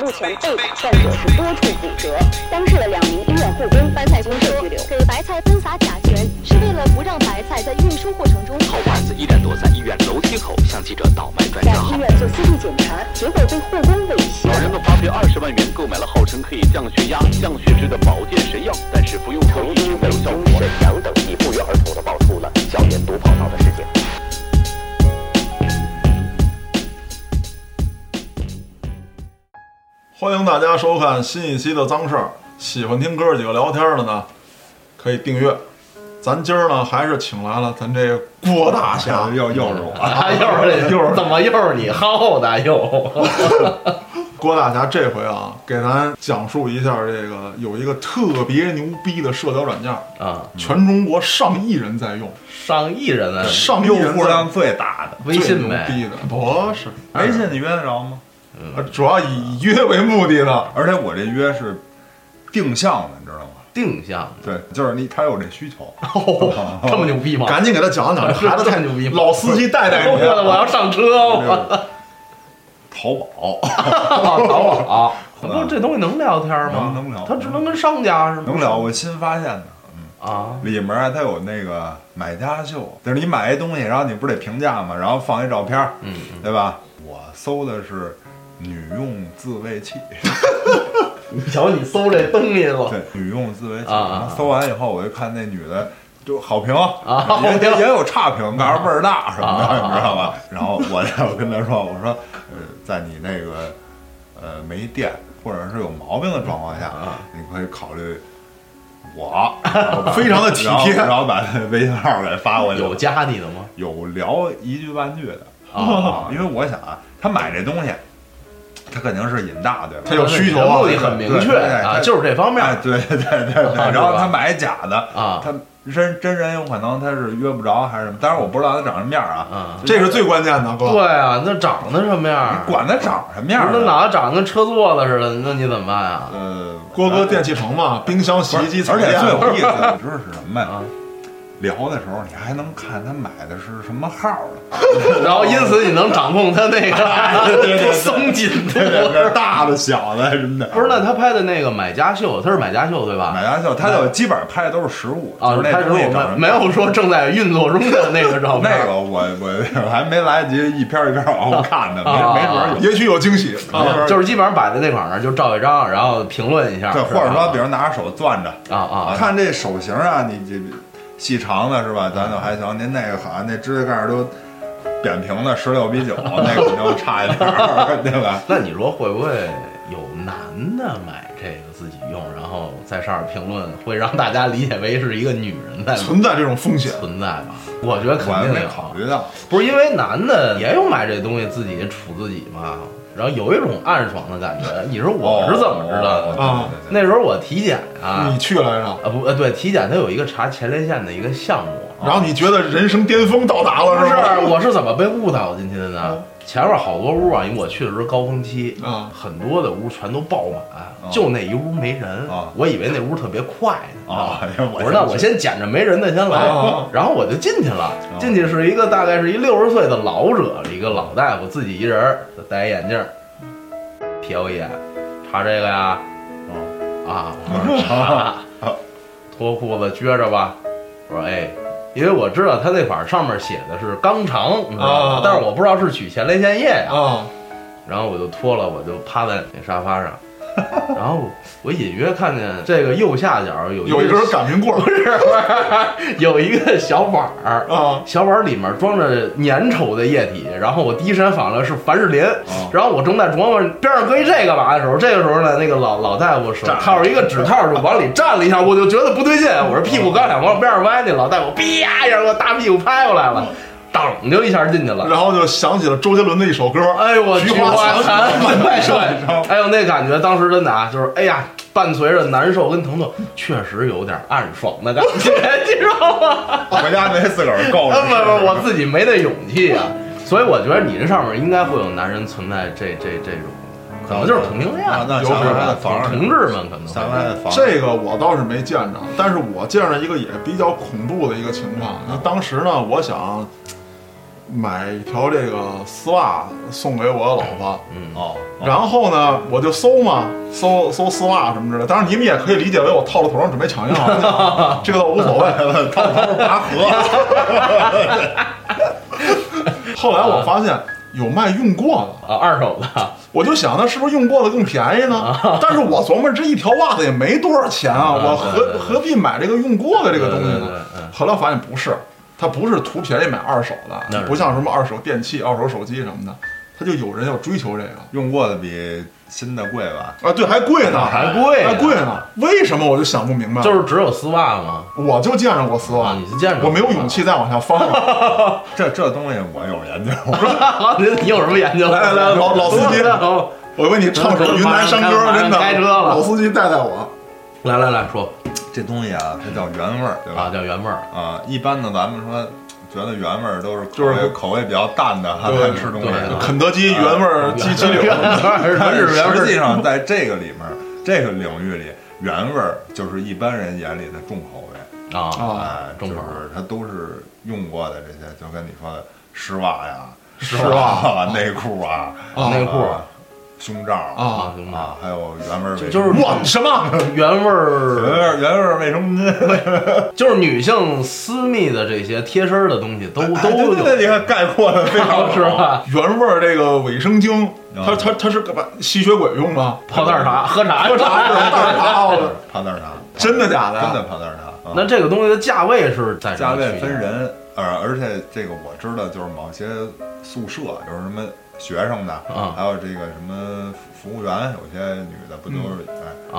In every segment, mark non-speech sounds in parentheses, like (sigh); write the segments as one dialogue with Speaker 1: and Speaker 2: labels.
Speaker 1: 目前被打战者是多处骨折，当事的两名医院护工白菜公社拘留。
Speaker 2: 给白菜喷洒甲醛，是为了不让白菜在运输过程中。
Speaker 3: 好汉子依然躲在医院楼梯口向记者倒卖专
Speaker 1: 在
Speaker 3: 家
Speaker 1: 医
Speaker 3: 号。
Speaker 1: 院做 CT 检查，结果被护工猥亵。
Speaker 3: 老人们花费二十万元购买了号称可以降血压、降血脂的保健神药，但是服用后一直没有效果。沈阳等地不约而同的爆出了校园毒跑道的事件。
Speaker 4: 欢迎大家收看新一期的脏事儿。喜欢听哥几个聊天的呢，可以订阅。咱今儿呢，还是请来了咱这郭大侠，
Speaker 5: (laughs)
Speaker 6: 又又是我，
Speaker 5: 啊， (laughs) 又是你，
Speaker 4: 又是你
Speaker 5: 怎么又是你？好的哎又，
Speaker 4: 郭大侠这回啊，给咱讲述一下这个有一个特别牛逼的社交软件，
Speaker 5: 啊，
Speaker 4: 全中国上亿人在用，
Speaker 5: 上亿人啊，
Speaker 4: 上亿
Speaker 6: 用
Speaker 4: 人
Speaker 6: 户
Speaker 4: 在
Speaker 6: 量最大的，
Speaker 5: 微
Speaker 4: 最
Speaker 5: 信
Speaker 4: 牛
Speaker 5: 呗，嗯哎
Speaker 4: 逼的不是，
Speaker 6: 微信你约得着吗？
Speaker 4: 呃主要以约为目的
Speaker 5: (laughs)
Speaker 4: 的。
Speaker 6: 而且我这约是定向的，你知道吗？
Speaker 5: 定向
Speaker 6: 对，就是你他有这需 (laughs) 求，
Speaker 5: 哦，这么牛逼吗？
Speaker 4: 赶紧给他讲讲，这
Speaker 5: (laughs)
Speaker 4: 孩子太
Speaker 5: 这么牛逼吗
Speaker 4: 老司机带带
Speaker 5: (laughs) 我
Speaker 4: 你。啊
Speaker 5: 的我要上车，我
Speaker 6: 淘宝
Speaker 5: 操，淘宝。 (laughs) 不，这东西能聊天吗？
Speaker 6: 能能聊
Speaker 5: 他只啊能跟商家是吗？
Speaker 6: 能聊。我新发现的，
Speaker 5: 啊，
Speaker 6: 里面啊它有那个买家秀，就是你买一东西，然后你不是得评价吗？然后放一照片，
Speaker 5: 嗯，
Speaker 6: 对吧？我搜的是女用自慰器，
Speaker 5: 你瞧你搜这东西了，
Speaker 6: 对，女用自慰器。
Speaker 5: 啊啊啊
Speaker 6: 然后搜完以后，我就看那女的就好评
Speaker 5: 啊好
Speaker 6: 也
Speaker 5: 评啊
Speaker 6: 也也有差评，告诉倍儿大什么
Speaker 5: 啊啊啊
Speaker 6: 的，你知道吧？然后我就我跟她说，我说，呃，在你那个呃没电或者是有毛病的状况
Speaker 5: 啊
Speaker 6: 下，你可以考虑。
Speaker 5: (laughs)
Speaker 6: 我然后把
Speaker 4: 非常的体贴
Speaker 6: 然后然后把微信号给发过去，
Speaker 5: 有加你的吗？
Speaker 6: 有聊一句半句的
Speaker 5: (laughs) 啊
Speaker 6: (laughs) 因为我想啊，他买这东西，他肯定是瘾大，对吧？
Speaker 4: 他有需求啊
Speaker 5: 目的很明确
Speaker 6: 对对
Speaker 5: 啊，
Speaker 6: 他
Speaker 5: 就是这方面
Speaker 6: 哎， (laughs) 对对对对，
Speaker 5: 啊
Speaker 6: 然后
Speaker 5: 对吧
Speaker 6: 他买假的
Speaker 5: 啊
Speaker 6: 他真真人有可能他是约不着还是什么，当然我不知道他长什么样啊，
Speaker 5: 啊。
Speaker 4: 这是最关键的，
Speaker 5: 对
Speaker 4: 哥。
Speaker 5: 啊，那长得什么样？
Speaker 6: 管他长什么
Speaker 5: 不
Speaker 6: 样
Speaker 5: 是
Speaker 6: 呢
Speaker 5: 那脑袋长得跟车座子似的，那你怎么办啊？
Speaker 6: 呃，
Speaker 4: 郭哥电器城嘛，冰箱、洗
Speaker 6: 不是
Speaker 4: 衣机、
Speaker 6: 而
Speaker 4: 彩
Speaker 6: 且
Speaker 4: 电
Speaker 6: 最有意思 (laughs) 的你知道是什么呀
Speaker 5: 啊？
Speaker 6: 聊的时候，你还能看他买的是什么号 (laughs) 的，
Speaker 5: 然后因此你能掌控他那
Speaker 6: 哦
Speaker 5: 个哎松紧度。
Speaker 6: 对，大的、小的什么的。
Speaker 5: (laughs) 不是，那他拍的那个《买家秀》，他是《买家秀》对吧？
Speaker 6: 买家秀，他就基本上拍的都是实物，
Speaker 5: 啊，
Speaker 6: 就是那
Speaker 5: 拍时
Speaker 6: 东西
Speaker 5: 候
Speaker 6: 长什么样
Speaker 5: 没有说正在运作中的那个照片。
Speaker 6: (laughs) 那个我我我还没来得及一篇一篇往后看呢，没
Speaker 5: 啊
Speaker 6: 没准儿有。
Speaker 4: 也许有惊喜。
Speaker 5: 啊就是基本上摆在那块儿那儿就照一张，然后评论一下。
Speaker 6: 对，
Speaker 5: 是
Speaker 6: 或
Speaker 5: 吧
Speaker 6: 者说，比如拿着手攥着，
Speaker 5: 啊啊，嗯
Speaker 6: 看这手型啊，你这细长的是吧？咱就还行。您那个好像那指甲盖儿都扁平的，十六比
Speaker 5: (laughs)
Speaker 6: 九，那个就差一点儿，对吧？
Speaker 5: 那你说会不会有男的买这个自己用，然后在上面评论，会让大家理解为是一个女人在
Speaker 4: (laughs) 存在这种风险，
Speaker 5: 存在吧？我觉得肯
Speaker 6: 我还
Speaker 5: 定
Speaker 6: 没
Speaker 5: 有。
Speaker 6: 考虑到，
Speaker 5: 不是因为男的也有买这东西自己处自己嘛，然后有一种暗爽的感觉。你说我是怎么知道的？
Speaker 6: 哦嗯对对
Speaker 5: 那
Speaker 6: 对
Speaker 5: 时候我体检啊
Speaker 4: 你，去来着，
Speaker 5: 啊不呃对，体检它有一个查前列腺的一个项目。
Speaker 4: 然后你觉得人生巅峰到达
Speaker 6: 哦
Speaker 5: 不
Speaker 4: 了
Speaker 5: 是
Speaker 4: 是吗？，
Speaker 5: 我是怎么被误导进去的呢？前面好多屋啊，因为我去的时候高峰期
Speaker 6: 哦
Speaker 4: 啊
Speaker 5: 很多的屋全都爆满，就那一屋没人
Speaker 6: 啊
Speaker 5: 我以为那屋特别快呢
Speaker 6: 啊
Speaker 5: 你知道吗
Speaker 6: 我
Speaker 5: 我说那我先捡着没人的先来
Speaker 4: 啊，
Speaker 5: 然后我就进去了。进去是一个大概是一六十岁的老者，一个老大夫，自己一人儿，戴一眼镜儿，瞥我一眼，查这个呀，啊，我说查，脱裤子撅着吧，我说哎。因为我知道他那款上面写的是肛肠，你知道
Speaker 4: 啊
Speaker 5: 吗？但是我不知道是取前列腺液呀。
Speaker 4: 啊，
Speaker 5: 然后我就脱了，我就趴在那沙发上，然后我隐约看见这个右下角有
Speaker 4: 有一
Speaker 5: 一
Speaker 4: 根擀面棍
Speaker 5: 不
Speaker 4: 儿
Speaker 5: 是不是 (laughs) 有一个小碗儿，
Speaker 4: 啊，
Speaker 5: 小碗儿里面装着粘稠的液体，然后我第一时间反应了是凡士林，然后我正在琢磨边上搁一这个嘛的时候，这个时候呢，那个老老大夫手套着一个指套就往里蘸了一下，我就觉得不对劲，我说屁股刚想往边上歪，那老大夫啪一下给我大屁股拍过来了，当就一下进去了。
Speaker 4: 然后就想起了周杰伦的一首歌，
Speaker 5: 哎呦我
Speaker 4: 菊
Speaker 5: 菊
Speaker 4: 花
Speaker 5: 花残
Speaker 4: 残
Speaker 5: 满手，哎呦那感觉当时真的啊，就是哎呀，伴随着难受跟疼痛，确实有点暗爽的感觉，你知道吗？
Speaker 6: 回家没自个儿够
Speaker 5: 不
Speaker 6: 着。
Speaker 5: 不，我自己没那勇气啊，所以我觉得你这上面应该会有男人存在这这这种，可能就是同性恋
Speaker 6: 啊，那
Speaker 4: 有
Speaker 6: 下
Speaker 4: 可
Speaker 6: 回
Speaker 4: 能
Speaker 6: 还
Speaker 5: 吧
Speaker 6: 得防着
Speaker 5: 同
Speaker 6: 点
Speaker 5: 志
Speaker 6: 儿，
Speaker 5: 们可能
Speaker 6: 下回还得防着点儿。
Speaker 4: 这个我倒是没见着，但是我见着一个也比较恐怖的一个情况。那当时呢，我想，买一条这个丝袜送给我老婆，
Speaker 6: 哦，
Speaker 4: 然后呢，我就搜嘛，搜搜丝袜什么之类的。当然，你们也可以理解为我套了头上准备抢银
Speaker 5: (laughs)
Speaker 4: 行，这个倒无所谓。
Speaker 6: 到时候拔河，
Speaker 4: 后来我发现有卖用过的，
Speaker 5: 啊，二手的，
Speaker 4: 我就想那是不是用过的更便宜呢？但是我琢磨这一条袜子也没多少钱啊，我
Speaker 5: 啊对
Speaker 4: 何
Speaker 5: 对对
Speaker 4: 何必买这个用过的这个东西
Speaker 5: 对对对
Speaker 4: 呢
Speaker 5: 对嗯？
Speaker 4: 后来我发现不是，它不是图便宜买二手
Speaker 5: 那
Speaker 4: 的，
Speaker 5: 是
Speaker 4: 不像什么二手电器、二手手机什么的，它就有人要追求这个。
Speaker 6: 用过的比新的贵吧？
Speaker 4: 啊，对，还贵呢，
Speaker 5: 还贵呢
Speaker 4: 还贵呢。为什么我就想不明白？
Speaker 5: 就是只有丝袜吗？
Speaker 4: 我就见着过丝袜，
Speaker 5: 啊你是见着过
Speaker 4: 我没有勇气再往下翻
Speaker 5: (laughs)
Speaker 4: 了。
Speaker 6: 这这东西我有研究，
Speaker 5: 好，您你有什么研究？
Speaker 4: 来来来老老司机
Speaker 5: 来好
Speaker 4: 我为你唱首云南山歌，
Speaker 5: (laughs) 马上
Speaker 4: 真的。
Speaker 5: 开车了
Speaker 4: 老司机带带我。
Speaker 5: 来来来说
Speaker 6: 这东西啊，它叫原味儿，对
Speaker 5: 啊，
Speaker 6: 吧？
Speaker 5: 叫原味儿，
Speaker 6: 啊，一般的咱们说觉得原味儿都是口
Speaker 4: 就是
Speaker 6: 味口味比较淡的，还 (laughs)
Speaker 4: 对
Speaker 6: 爱吃东西
Speaker 5: 对
Speaker 6: 的
Speaker 5: 啊。
Speaker 4: 肯德基原味儿鸡鸡
Speaker 6: (laughs)
Speaker 4: 柳，
Speaker 6: 但
Speaker 5: 全
Speaker 6: 是
Speaker 5: 是原味
Speaker 6: 实际
Speaker 5: 儿。
Speaker 6: 上，在这个里面儿，这个领域里，原味儿就是一般人眼里的重口味，
Speaker 5: 啊，
Speaker 4: 啊
Speaker 6: 哎，就
Speaker 5: 重
Speaker 6: 是
Speaker 5: 口味
Speaker 6: 它都是用过的这些，就跟你说的丝袜呀、
Speaker 4: 是吧？
Speaker 6: 啊、 (laughs) 内裤啊、
Speaker 4: 啊
Speaker 5: 内裤
Speaker 6: 啊胸罩
Speaker 4: 啊
Speaker 5: 啊，兄弟，
Speaker 6: 啊，还有原味儿卫
Speaker 5: 就
Speaker 6: 生
Speaker 5: 是
Speaker 4: 哇，什么？
Speaker 5: 原味
Speaker 6: 原味
Speaker 5: 儿，
Speaker 6: 儿原味儿卫 (laughs) 生巾，
Speaker 5: 就是女性私密的这些贴身儿的东西都
Speaker 6: 哎对
Speaker 5: 都
Speaker 6: 对对，
Speaker 5: 有，
Speaker 6: 你看概括的非常
Speaker 5: (laughs) 是吧？
Speaker 4: 原味儿这个卫生巾，
Speaker 6: 啊
Speaker 4: 它它它是干嘛？吸血鬼用吗？
Speaker 5: 泡袋儿茶，喝茶，
Speaker 4: 喝茶是吧？大茶泡
Speaker 6: (laughs) 好？
Speaker 4: 的，
Speaker 6: 胖蛋儿茶，
Speaker 4: 哦真的假的？
Speaker 6: 真的胖蛋儿茶。啊
Speaker 5: 那这个东西的价位是在什
Speaker 6: 价
Speaker 5: 么区
Speaker 6: 位
Speaker 5: 间
Speaker 6: 分，人，呃，而且这个我知道，就是某些宿舍有什么学生的，
Speaker 5: 啊
Speaker 6: 还有这个什么服务员，有些女的不都是、哎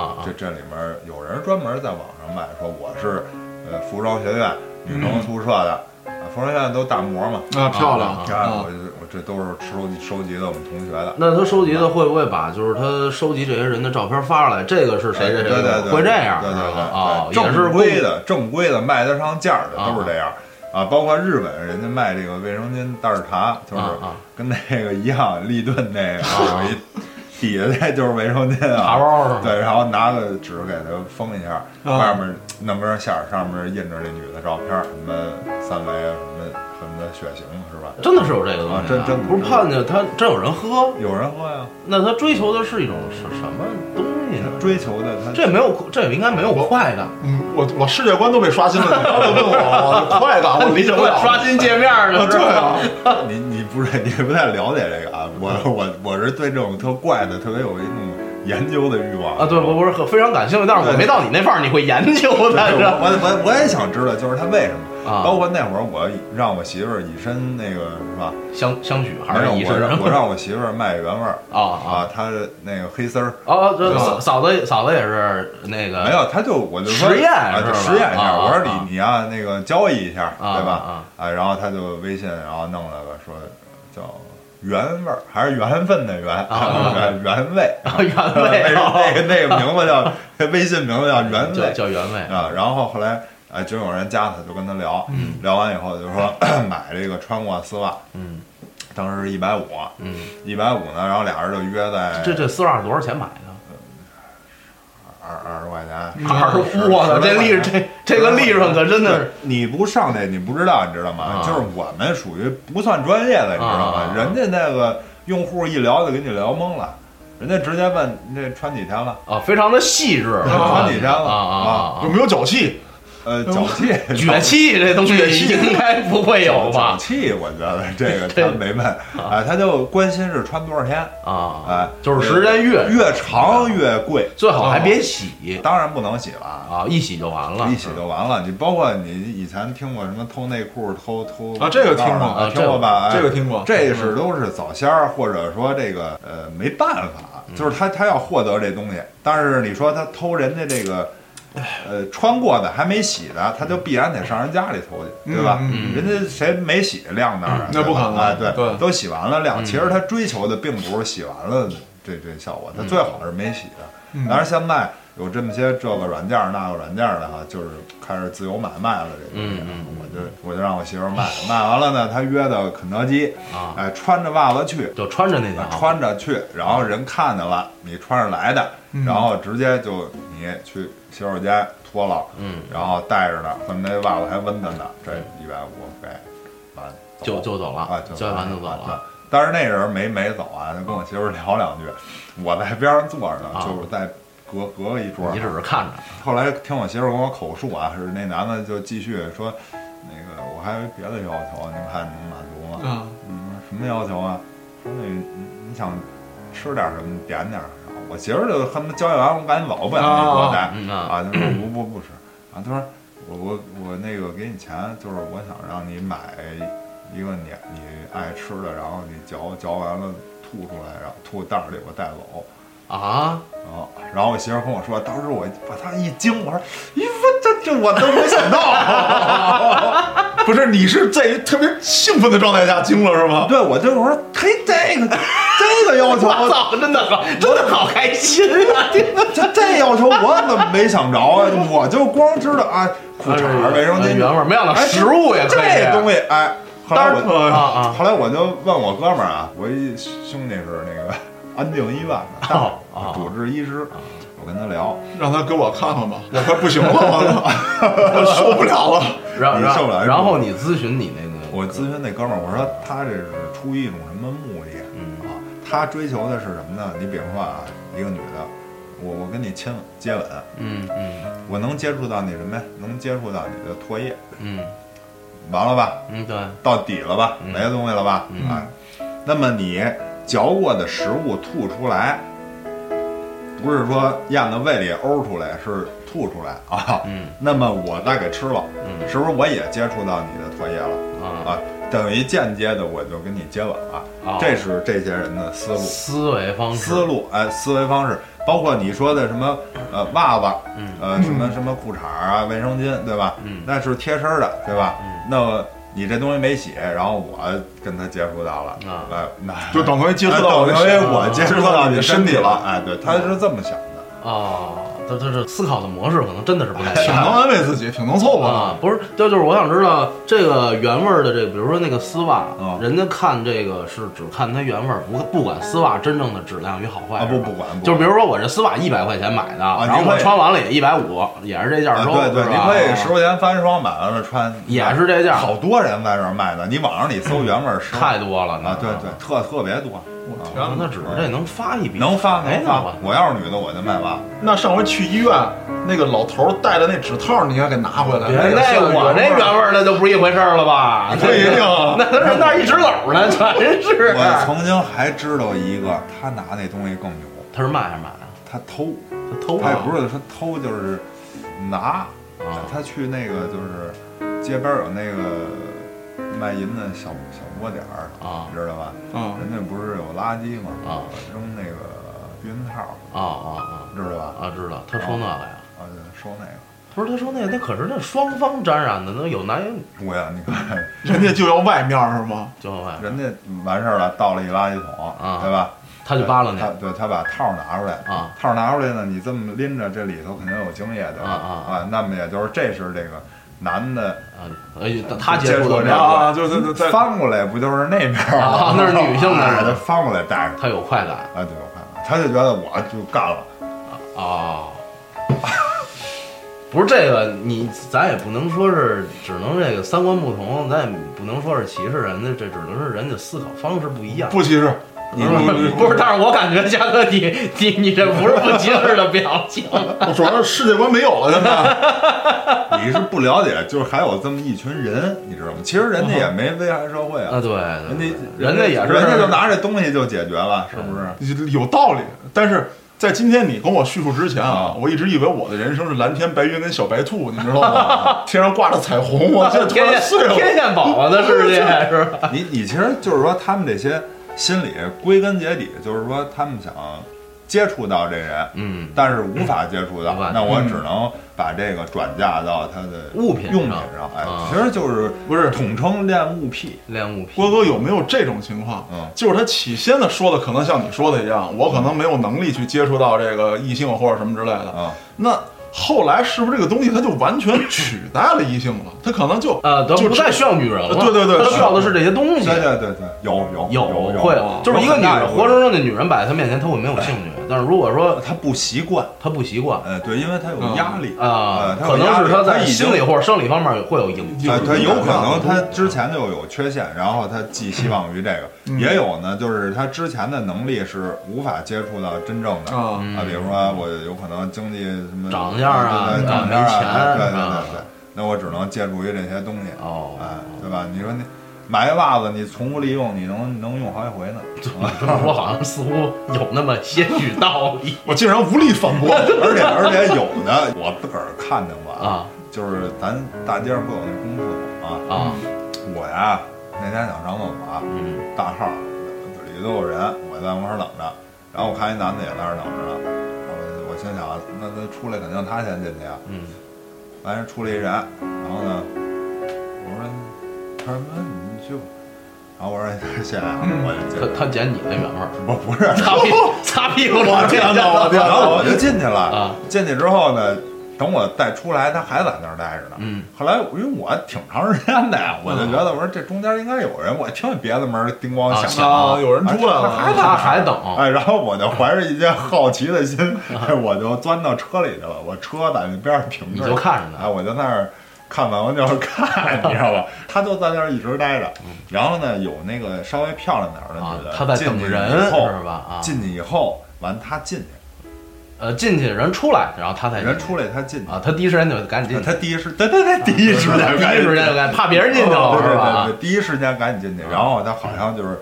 Speaker 5: 啊啊
Speaker 6: 这这里面有人专门在网上卖，说我是呃服装学院女
Speaker 5: 嗯
Speaker 6: 生宿舍的，啊服装学院都大模嘛，
Speaker 4: 啊，漂亮
Speaker 5: 啊
Speaker 6: 你看、我这我这都是收集收集的我们同学的。
Speaker 5: 那他收集的会不会把就是他收集这些人的照片发出来？这个是谁谁谁？
Speaker 6: 哎对对对对，
Speaker 5: 会这样？
Speaker 6: 对对对
Speaker 5: 啊，
Speaker 6: 对
Speaker 5: 也是
Speaker 6: 正规的正规的卖得上价儿的
Speaker 5: 啊
Speaker 6: 都是这样啊，包括日本人家卖这个卫生巾袋儿茶，就是
Speaker 5: 啊啊
Speaker 6: 跟那个一样，立顿那个 (laughs) 有一底下那就是卫生巾
Speaker 5: 茶
Speaker 6: 啊。
Speaker 5: 包是啊吗？
Speaker 6: 对，然后拿个纸给它封一下，外面弄根线儿，上面印着这女的照片儿，什么三围啊，什么什么血型是吧？
Speaker 5: 真的是有这个东西啊、
Speaker 6: 啊真真的
Speaker 5: 不是看见他真有人喝，
Speaker 6: 有人啊喝呀，
Speaker 5: 那他追求的是一种是什么东西呢？
Speaker 6: 追求的他
Speaker 5: 这没有，这应该没有快感。
Speaker 4: 嗯，我我世界观都被刷新了，你 (laughs) 刚才问我，我的快感我理解不了。
Speaker 5: 刷新界面
Speaker 4: 啊，
Speaker 5: 呢？是
Speaker 4: 对
Speaker 5: 吧
Speaker 4: 啊，
Speaker 6: (laughs) 你你不是你不太了解这个啊，我
Speaker 5: 嗯
Speaker 6: 我我是对这种特怪的特别有一种研究的欲望
Speaker 5: 啊，对，我不是很非常感兴趣，但是我没到你那份儿，你会研究
Speaker 6: 对
Speaker 5: 的，是
Speaker 6: (laughs)
Speaker 5: 吧？
Speaker 6: 我我我也想知道，就是他为什么，
Speaker 5: 啊
Speaker 6: 包括那会儿我让我媳妇儿以身那个是吧，
Speaker 5: 相相许还
Speaker 6: 没有
Speaker 5: 是仪式
Speaker 6: 我让我让我媳妇儿卖原味儿
Speaker 5: (laughs) 啊啊
Speaker 6: 啊，她那个黑丝儿。
Speaker 5: 哦，这
Speaker 4: 对吧
Speaker 5: 嫂嫂子嫂子也是那个
Speaker 6: 没有，他就我就说
Speaker 5: 实验
Speaker 6: 啊，
Speaker 5: 是
Speaker 6: 就
Speaker 5: 吧
Speaker 6: 实验
Speaker 5: 啊
Speaker 6: 一下。
Speaker 5: 啊
Speaker 6: 我说
Speaker 5: 啊
Speaker 6: 你你啊，那个交易一下，
Speaker 5: 啊
Speaker 6: 对吧
Speaker 5: 啊？
Speaker 6: 啊，然后他就微信，然后弄了个说叫原味儿，还是缘分的 (laughs) 缘，
Speaker 5: 啊 (laughs)
Speaker 6: 原原味，
Speaker 5: 啊原 (laughs) 味
Speaker 6: 那 (laughs) 个
Speaker 5: 哦
Speaker 6: 呃那个名字叫微信名字叫原
Speaker 5: 叫
Speaker 6: 味
Speaker 5: 叫原味
Speaker 6: 啊。然后后来哎，就有人加他，就跟他聊，聊完以后就说买这个穿过丝袜，
Speaker 5: 嗯，
Speaker 6: 当时是一百五，
Speaker 5: 嗯，
Speaker 6: 一百五呢，然后俩人就约在
Speaker 5: 这这丝袜多少钱买的？
Speaker 6: 二 (laughs) 二十块钱，
Speaker 5: 嗯二
Speaker 6: 十
Speaker 5: 十，我操，
Speaker 6: 十来
Speaker 5: 这
Speaker 6: 块
Speaker 5: 利
Speaker 6: 钱
Speaker 5: 这这个利润可真的是
Speaker 6: 对。你不上这，你不知道，你知道吗
Speaker 5: 啊？
Speaker 6: 就是我们属于不算专业的，你知道
Speaker 5: 啊啊
Speaker 6: 吗
Speaker 5: 啊？
Speaker 6: 人家那个用户一聊就给你聊懵了，人家直接问你这穿几天了？
Speaker 5: 啊，非常的细致，
Speaker 6: 啊你这样
Speaker 5: 啊啊啊
Speaker 4: 有没有脚气？
Speaker 6: 呃，脚气， (laughs)
Speaker 5: 啊！ (laughs) 崛气这东西应该不会有
Speaker 6: 脚
Speaker 5: 吧？
Speaker 6: 气，我觉得这个
Speaker 5: 对
Speaker 6: 他没问啊，他就关心是穿多少天，
Speaker 5: 啊，
Speaker 6: 哎，
Speaker 5: 就是时间越
Speaker 6: 越长越贵，啊
Speaker 5: 最好还别洗
Speaker 6: 当然不能洗了啊，
Speaker 5: 啊，一洗就完了，
Speaker 6: 一洗就完
Speaker 4: 嗯
Speaker 6: 了。你包括你以前听过什么偷内裤、偷偷
Speaker 4: 啊这个听过
Speaker 6: 啊
Speaker 5: 啊
Speaker 6: 听过吧？哎
Speaker 4: 这个听过嗯
Speaker 6: 这是都是早仙儿，或者说这个呃没办法，
Speaker 4: 嗯
Speaker 6: 就是他他要获得这东西，但是你说他偷人家这个。呃，穿过的还没洗的，他就必然得上人家里偷去，对吧？
Speaker 4: 嗯
Speaker 6: 人家谁没洗晾那儿啊
Speaker 4: 嗯？那不可能
Speaker 6: 啊！对，
Speaker 4: 对嗯
Speaker 6: 都洗完了晾。其实他追求的并不是洗完了这这效果，
Speaker 4: 嗯
Speaker 6: 他最好是没洗的。当然现在有这么些这个软件儿那个软件儿的哈，就是开始自由买卖了这个东
Speaker 5: 嗯
Speaker 6: 西啊。我就我就让我媳妇儿卖，卖完了呢，她约到肯德基
Speaker 5: 啊
Speaker 6: 哎，穿着袜子去，
Speaker 5: 就穿着那
Speaker 6: 啊
Speaker 5: 条，
Speaker 6: 穿着去，然后人看见了你穿上来的，然后直接就你去洗手间脱了，
Speaker 5: 嗯，
Speaker 6: 然后带着呢，恨不得袜子还温着呢，这一百五给完。
Speaker 5: 就就走了
Speaker 6: 啊，就
Speaker 5: 交易完就走
Speaker 6: 啊
Speaker 5: 了。。
Speaker 6: 对但是那人没没走啊，就跟我媳妇儿聊两句。我在边上坐着呢，
Speaker 5: 啊
Speaker 6: 就是在隔隔一桌。
Speaker 5: 你只是看着，
Speaker 6: 后来听我媳妇儿跟我口述啊，是那男的就继续说，那个我还有别的要求，啊您看能满足吗？
Speaker 4: 啊，
Speaker 6: 嗯，什么要求啊？说那你你想吃点什么点点儿。然后我媳妇儿就恨不得交易完，我赶紧走，不想那锅待
Speaker 5: 嗯啊 (clears throat)
Speaker 6: 啊。就说不不不吃啊，她说我我我那个给你钱，就是我想让你买一个你你爱吃的，然后你嚼嚼完了吐出来，然后吐袋儿里我带走。
Speaker 5: 啊，
Speaker 6: 然后，然后我媳妇跟我说，当时我把她一惊，我说：“咦，我这这我都没想到。 (laughs)
Speaker 4: 不是，你是在一特别兴奋的状态下惊了是”吗？
Speaker 6: 对，我就我说：“嘿，这个这个要求，
Speaker 5: 我操，真的好，真的好开心
Speaker 6: (laughs)
Speaker 5: 啊！
Speaker 6: 这这要求我怎么没想着啊？我就光知道啊，裤衩儿、卫生巾
Speaker 5: 原味儿，没想到
Speaker 6: 哎
Speaker 5: 食物也可以
Speaker 6: 这东西哎。后来我
Speaker 5: 啊啊
Speaker 6: 后来我就问我哥们儿啊，我一兄弟是那个 (laughs) 安定医院的大夫
Speaker 5: (laughs) 哦哦
Speaker 6: 主治医师，我跟他聊，
Speaker 4: 让他给我看看吧，我快不行了， (laughs) 我我受不了了。
Speaker 5: 然
Speaker 6: 你受不了
Speaker 5: 然然后你咨询你那个，
Speaker 6: 我咨询那哥们儿，我说他这是出于一种什么目的、
Speaker 5: 嗯
Speaker 6: 啊？他追求的是什么呢？你比如说啊，一个女的，我我跟你亲吻接吻，
Speaker 5: 嗯嗯
Speaker 6: 我能接触到你什么呀？能接触到你的唾液，
Speaker 5: 嗯
Speaker 6: 完了吧？
Speaker 5: 嗯，对，
Speaker 6: 到底了吧？
Speaker 5: 嗯
Speaker 6: 没东西了吧？
Speaker 5: 嗯
Speaker 6: 啊，那么你嚼过的食物吐出来，不是说咽到胃里呕出来，是吐出来啊。
Speaker 5: 嗯
Speaker 6: 那么我再给吃了，
Speaker 5: 嗯
Speaker 6: 是不是我也接触到你的唾液了？
Speaker 5: 啊，
Speaker 6: 啊，等于间接的我就跟你接吻了、啊
Speaker 5: 哦
Speaker 6: 这是这些人的思路、
Speaker 5: 思维方式，
Speaker 6: 思路，哎，思维方式，包括你说的什么呃袜子，
Speaker 5: 嗯
Speaker 6: 呃什么什么裤衩啊、卫生巾，对吧？
Speaker 5: 嗯
Speaker 6: 那是贴身的，对吧？那么你这东西没洗，然后我跟他接触到了，
Speaker 5: 啊
Speaker 6: 哎，那
Speaker 4: 啊就等于接触
Speaker 6: 哎
Speaker 4: 到我
Speaker 6: 等
Speaker 4: 的
Speaker 6: 于
Speaker 4: 身
Speaker 6: 我接触到你的身
Speaker 5: (laughs)
Speaker 6: 体了，
Speaker 4: 啊
Speaker 6: 哎，对，他是这么想的。
Speaker 5: 啊，他他是思考的模式可能真的是不太一
Speaker 6: 哎
Speaker 4: 挺能
Speaker 5: 样。
Speaker 4: 安慰自己，挺能凑合的。
Speaker 5: 啊，不是，就就是我想知道这个原味儿的这，比如说那个丝袜，
Speaker 6: 啊
Speaker 5: 人家看这个是只看它原味儿，不不管丝袜真正的质量与好坏
Speaker 6: 啊不
Speaker 5: 是吧
Speaker 6: 不管不管
Speaker 5: 哎就比如说我这丝袜一百块钱买的，
Speaker 6: 啊
Speaker 5: 然后
Speaker 6: 您
Speaker 5: 我
Speaker 6: 可以
Speaker 5: 穿完了也一百五，也是这价
Speaker 6: 啊，
Speaker 5: 儿收，
Speaker 6: 对对，
Speaker 5: 是
Speaker 6: 你
Speaker 5: 吧
Speaker 6: 可以十块钱翻一双，买完了穿，
Speaker 5: 也是这价儿
Speaker 6: 好多人在这儿卖的，你网上你搜原味儿十
Speaker 5: 太多了
Speaker 6: 啊，对对，，特特别多。
Speaker 4: 我
Speaker 6: 啊
Speaker 4: 天哪
Speaker 5: 那那！只是这能发一笔，
Speaker 6: 能发
Speaker 5: 哎
Speaker 6: 能，
Speaker 5: 那
Speaker 6: 发
Speaker 5: 我，
Speaker 6: 我要是女的我就卖袜子。
Speaker 4: 那上回去医院，那个老头儿戴的那指套，你应该给拿回来。
Speaker 5: 别那
Speaker 4: 个
Speaker 5: 我这原味儿那就不是一回事儿了
Speaker 6: (laughs)
Speaker 5: 吧？
Speaker 4: 不一定啊
Speaker 5: 那那那一直篓呢，全是。
Speaker 6: 我曾经还知道一个，他拿那东西更牛，
Speaker 5: 他是卖还是买啊？
Speaker 6: 他偷，
Speaker 5: 他偷
Speaker 6: 他也
Speaker 5: 啊
Speaker 6: 不是说偷，就是拿。
Speaker 5: 啊
Speaker 6: 他去那个就是街边儿有那个卖淫的小小窝点儿
Speaker 5: 啊
Speaker 6: 你知道吧？
Speaker 4: 啊
Speaker 6: 人家不是有垃圾吗？
Speaker 5: 啊，
Speaker 6: 扔那个避孕套，
Speaker 5: 啊啊
Speaker 6: 知道
Speaker 5: 啊
Speaker 6: 吧？
Speaker 5: 啊！知道，他说那个呀。
Speaker 6: 啊，就收那个。
Speaker 5: 不是，他说那那可是那双方沾染的，那有男有女，
Speaker 6: 我呀，你看。
Speaker 4: 人家就要外面儿是吗？
Speaker 5: 就往外
Speaker 6: 人家完事儿了，倒了一垃圾桶，
Speaker 5: 啊
Speaker 6: 对吧？
Speaker 5: 他就扒拉你
Speaker 6: 他对他把套儿拿出来
Speaker 5: 啊，
Speaker 6: 套儿拿出来呢，你这么拎着，这里头肯定有精液的
Speaker 5: 啊啊啊
Speaker 6: 那么也就是这是这个男的
Speaker 5: 啊，哎，他
Speaker 6: 接
Speaker 5: 接触
Speaker 6: 触
Speaker 5: 的
Speaker 6: 这
Speaker 5: 面
Speaker 6: 个
Speaker 5: 儿，
Speaker 4: 啊，就是在在
Speaker 6: 翻过来不就是那边儿
Speaker 5: 啊
Speaker 6: 吗？
Speaker 5: 那是女性的
Speaker 6: 哎他翻过来带着
Speaker 5: 他有快感
Speaker 6: 啊，对我看看，他就觉得我就干了，
Speaker 5: 啊。 (laughs) 不是这个，你咱也不能说是，只能这个三观不同，咱也不能说是歧视人家，这只能是人家思考方式不一样。
Speaker 4: 不歧视，你 (laughs)
Speaker 5: 不是，但是我感觉嘉哥，你你你这不是不歧视的表情。啊
Speaker 4: 我主要是世界观没有了，现在
Speaker 6: 你是不了解，就是还有这么一群人，你知道吗？其实人家也没危害社会
Speaker 5: 啊，
Speaker 6: 啊，
Speaker 5: 对，
Speaker 6: 人
Speaker 5: 对
Speaker 6: 家
Speaker 5: 对人家也是，
Speaker 6: 人家就拿这东西就解决
Speaker 5: 嗯
Speaker 6: 了，啊是不是？
Speaker 4: 有道理。但是在今天你跟我叙述之前啊
Speaker 6: 啊，
Speaker 4: 我一直以为我的人生是蓝天白云跟小白兔，你知道
Speaker 5: (laughs)
Speaker 4: 吗？天上挂着彩虹，我现在突
Speaker 5: 天
Speaker 4: 然
Speaker 5: 线
Speaker 4: 碎
Speaker 5: 天
Speaker 4: 了。
Speaker 5: 线宝宝的世界是吧？
Speaker 6: 你你其实就是说，他们这些心理归根结底就是说，他们想接触到这人，
Speaker 5: 嗯
Speaker 6: 但是无法接触到
Speaker 5: 无法，嗯
Speaker 6: 那我只能把这个转嫁到他的
Speaker 5: 物品上
Speaker 6: 用品上。哎
Speaker 5: 啊，
Speaker 6: 其实就是
Speaker 4: 不是
Speaker 6: 统称恋物癖，
Speaker 5: 恋物癖
Speaker 4: 郭哥有没有这种情况？
Speaker 6: 嗯
Speaker 4: 就是他起先的说的可能像你说的一样，我可能没有能力去接触到这个异性或者什么之类的
Speaker 6: 啊。
Speaker 4: 那后来是不是这个东西它就完全取代了异性了？它可能就
Speaker 5: 呃，咱
Speaker 4: 就
Speaker 5: 不
Speaker 4: 只
Speaker 5: 再需要女人
Speaker 6: 呃
Speaker 5: 了，
Speaker 4: 对对对
Speaker 5: 他需要的是这些东西
Speaker 6: 对。对对对，有有
Speaker 5: 有
Speaker 6: 有
Speaker 5: 会
Speaker 6: 有，
Speaker 5: 就是一个
Speaker 6: 很
Speaker 5: 女
Speaker 6: 大
Speaker 5: 人
Speaker 6: 有
Speaker 5: 活生生的女人摆在他面前，他会没有兴趣，但是如果说
Speaker 6: 他不习惯，
Speaker 5: 他不习惯
Speaker 6: 呃，对，因为他有压力
Speaker 5: 啊
Speaker 6: 呃，他有
Speaker 5: 可能
Speaker 6: 压力
Speaker 5: 是他在
Speaker 6: 已经
Speaker 5: 心理或者生理方面会有影响
Speaker 6: 啊，
Speaker 4: 哎
Speaker 6: 他有可
Speaker 5: 嗯
Speaker 6: 能他之前就有缺陷，然后他寄希望于这个，
Speaker 5: 嗯
Speaker 6: 也有呢，就是他之前的能力是无法接触到真正的
Speaker 4: 啊
Speaker 6: 啊，比如说我有可能经济什么
Speaker 5: 嗯长相啊
Speaker 6: 对对
Speaker 5: 啊
Speaker 6: 长
Speaker 5: 没
Speaker 6: 相
Speaker 5: 钱
Speaker 6: 啊，对对对
Speaker 5: 啊
Speaker 6: 对对，那我只能借助于这些东西，
Speaker 5: 哦
Speaker 6: 哎，对吧？你说你买一袜子，你重复利用，你能能用好几回呢， (laughs)
Speaker 5: 这么说好像似乎有那么些许道理
Speaker 4: 我竟然无力反驳。
Speaker 6: 而且而且有的我自个儿看见
Speaker 5: (laughs)
Speaker 6: 过，
Speaker 5: 啊
Speaker 6: 就是咱大街上会有那公厕所啊，
Speaker 5: 啊，
Speaker 6: 我呀那天想上厕所，
Speaker 5: 嗯
Speaker 6: 大号，里头有人，我在门口等着，然后我看一男的也在那儿等着呢，我我心想，那他出来肯定他先进去啊，
Speaker 5: 嗯
Speaker 6: 完事出来一人，然后呢，我说，他说那你去吧，然后我说谢谢啊，我
Speaker 5: 他
Speaker 6: 就进去了，
Speaker 5: 他捡你那原
Speaker 6: (laughs)
Speaker 5: 味儿，
Speaker 6: 不不是，
Speaker 5: 擦屁股擦屁股，
Speaker 4: 我天哪我天
Speaker 6: (laughs) 然后我就进去了。
Speaker 5: 啊
Speaker 6: 进去之后呢，等我再出来，他还在那儿待着呢。
Speaker 5: 嗯，
Speaker 6: 后来因为我挺长时间的呀，我就觉得我说这中间应该有人，我听见别的门叮咣响了。
Speaker 4: 啊，有人出来
Speaker 6: 啊
Speaker 4: 了，
Speaker 5: 他还等
Speaker 6: 哎，然后我就怀着一件好奇的心，哎我就钻到车里去了。我车在那边儿停
Speaker 5: 你
Speaker 6: 着，
Speaker 5: 就看着
Speaker 6: 哎，
Speaker 5: 呢，
Speaker 6: 我就在那儿看完，我就是看，你知道吧？他就在那儿一直待着。然后呢，有那个稍微漂亮点儿的
Speaker 5: 啊
Speaker 6: 女的，
Speaker 5: 他在
Speaker 6: 进
Speaker 5: 等
Speaker 6: 去
Speaker 5: 人
Speaker 6: 以后
Speaker 5: 是吧啊
Speaker 6: 进去以后，完他进去，
Speaker 5: 呃，进去人出来，然后他才
Speaker 6: 人出来他进去。
Speaker 5: 啊，他第一时间就赶紧进去，
Speaker 6: 他第一时，对对对，第一时间，
Speaker 5: 第一时间就赶紧，怕 (laughs) 别人进去
Speaker 6: (laughs) 对
Speaker 5: 了
Speaker 6: 对
Speaker 5: 是吧？
Speaker 6: 对
Speaker 5: 啊
Speaker 6: 哦对，第一时间赶紧进去。然后他好像就是，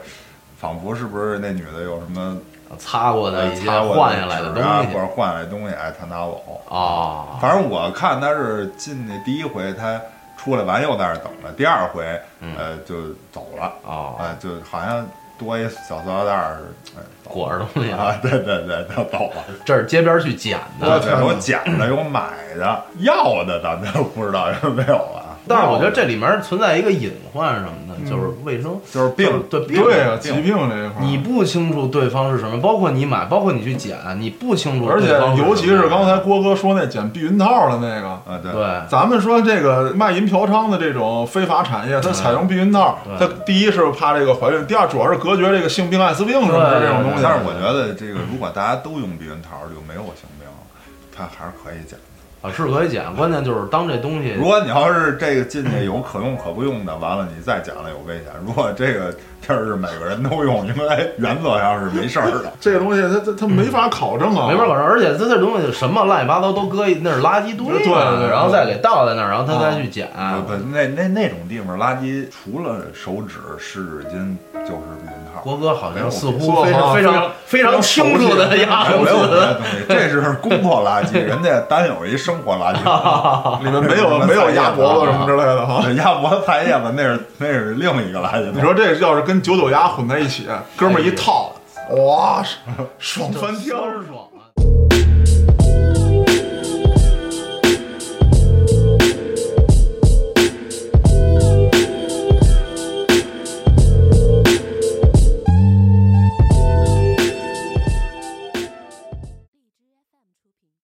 Speaker 6: 仿佛是不是那女的有什么
Speaker 5: 啊擦过的一些
Speaker 6: 擦过
Speaker 5: 换下来的
Speaker 6: 纸啊
Speaker 5: 东
Speaker 6: 或
Speaker 5: 西
Speaker 6: 者换下来的东西，哎，他拿走。
Speaker 5: 啊，
Speaker 6: 反正我看他是进去第一回，他出来完又在那儿等着，第二回呃就走了，
Speaker 5: 嗯哦，
Speaker 6: 啊，就好像多一小塑料袋儿，哎，走
Speaker 5: 裹着东西，
Speaker 6: 啊，对对对，他走了。
Speaker 5: 这是街边去捡
Speaker 6: 我
Speaker 5: 的。
Speaker 6: 天，有捡的，有买的，要的咱就不知道有没啊有了。
Speaker 5: 但是我觉得这里面存在一个隐患什么的，就是卫生，
Speaker 6: 嗯就是病
Speaker 5: 对病
Speaker 4: 对啊，疾
Speaker 6: 病
Speaker 4: 病这一块儿，
Speaker 5: 你不清楚对方是什么，包括你买，包括你去捡，你不清楚
Speaker 4: 而
Speaker 5: 对
Speaker 4: 且
Speaker 5: 方什么。
Speaker 4: 尤其是刚才郭哥说那捡避孕套的那个，
Speaker 6: 啊，对，
Speaker 5: 对
Speaker 4: 咱们说这个卖淫嫖娼的这种非法产业，它采用避孕套，它
Speaker 5: 对
Speaker 4: 第一是怕这个怀孕，第二主要是隔绝这个性病、艾滋病什么的
Speaker 5: 对
Speaker 4: 这种东西。
Speaker 6: 但是我觉得这个，如果大家都用避孕套，就没有性病了，它还是可以减。
Speaker 5: 啊是可以捡，关键就是当这东西
Speaker 6: 如果你要是这个进去有可用可不用的，完了你再减了有危险。 (laughs) 如果这个地儿是每个人都用，应该原则上是没事儿的。
Speaker 4: 这个东西它它它没法考证啊，
Speaker 5: 没法搞事，而且它这东西什么乱七八糟都搁一那是垃圾堆啊嘛，
Speaker 4: 对对对
Speaker 5: 然后再给倒在那儿，然后他再去捡。
Speaker 6: 不，那那那种地方垃圾除了手指、湿纸巾就是避孕套。
Speaker 5: 郭哥好像似乎
Speaker 4: 郭
Speaker 5: 非常
Speaker 4: 好像
Speaker 5: 非常非常清楚的样
Speaker 6: 没有没有别的
Speaker 5: 子，
Speaker 6: 东西，这是工作垃圾，人家单有一生活垃圾，
Speaker 4: 里面没 (laughs) 有没有啊鸭脖子什么之类的哈。
Speaker 6: 鸭脖菜叶子那是那是另一个垃圾。
Speaker 4: 你说这要是跟九九鸭混在一起，哥们儿一套，哇，爽翻天！
Speaker 5: 酸爽。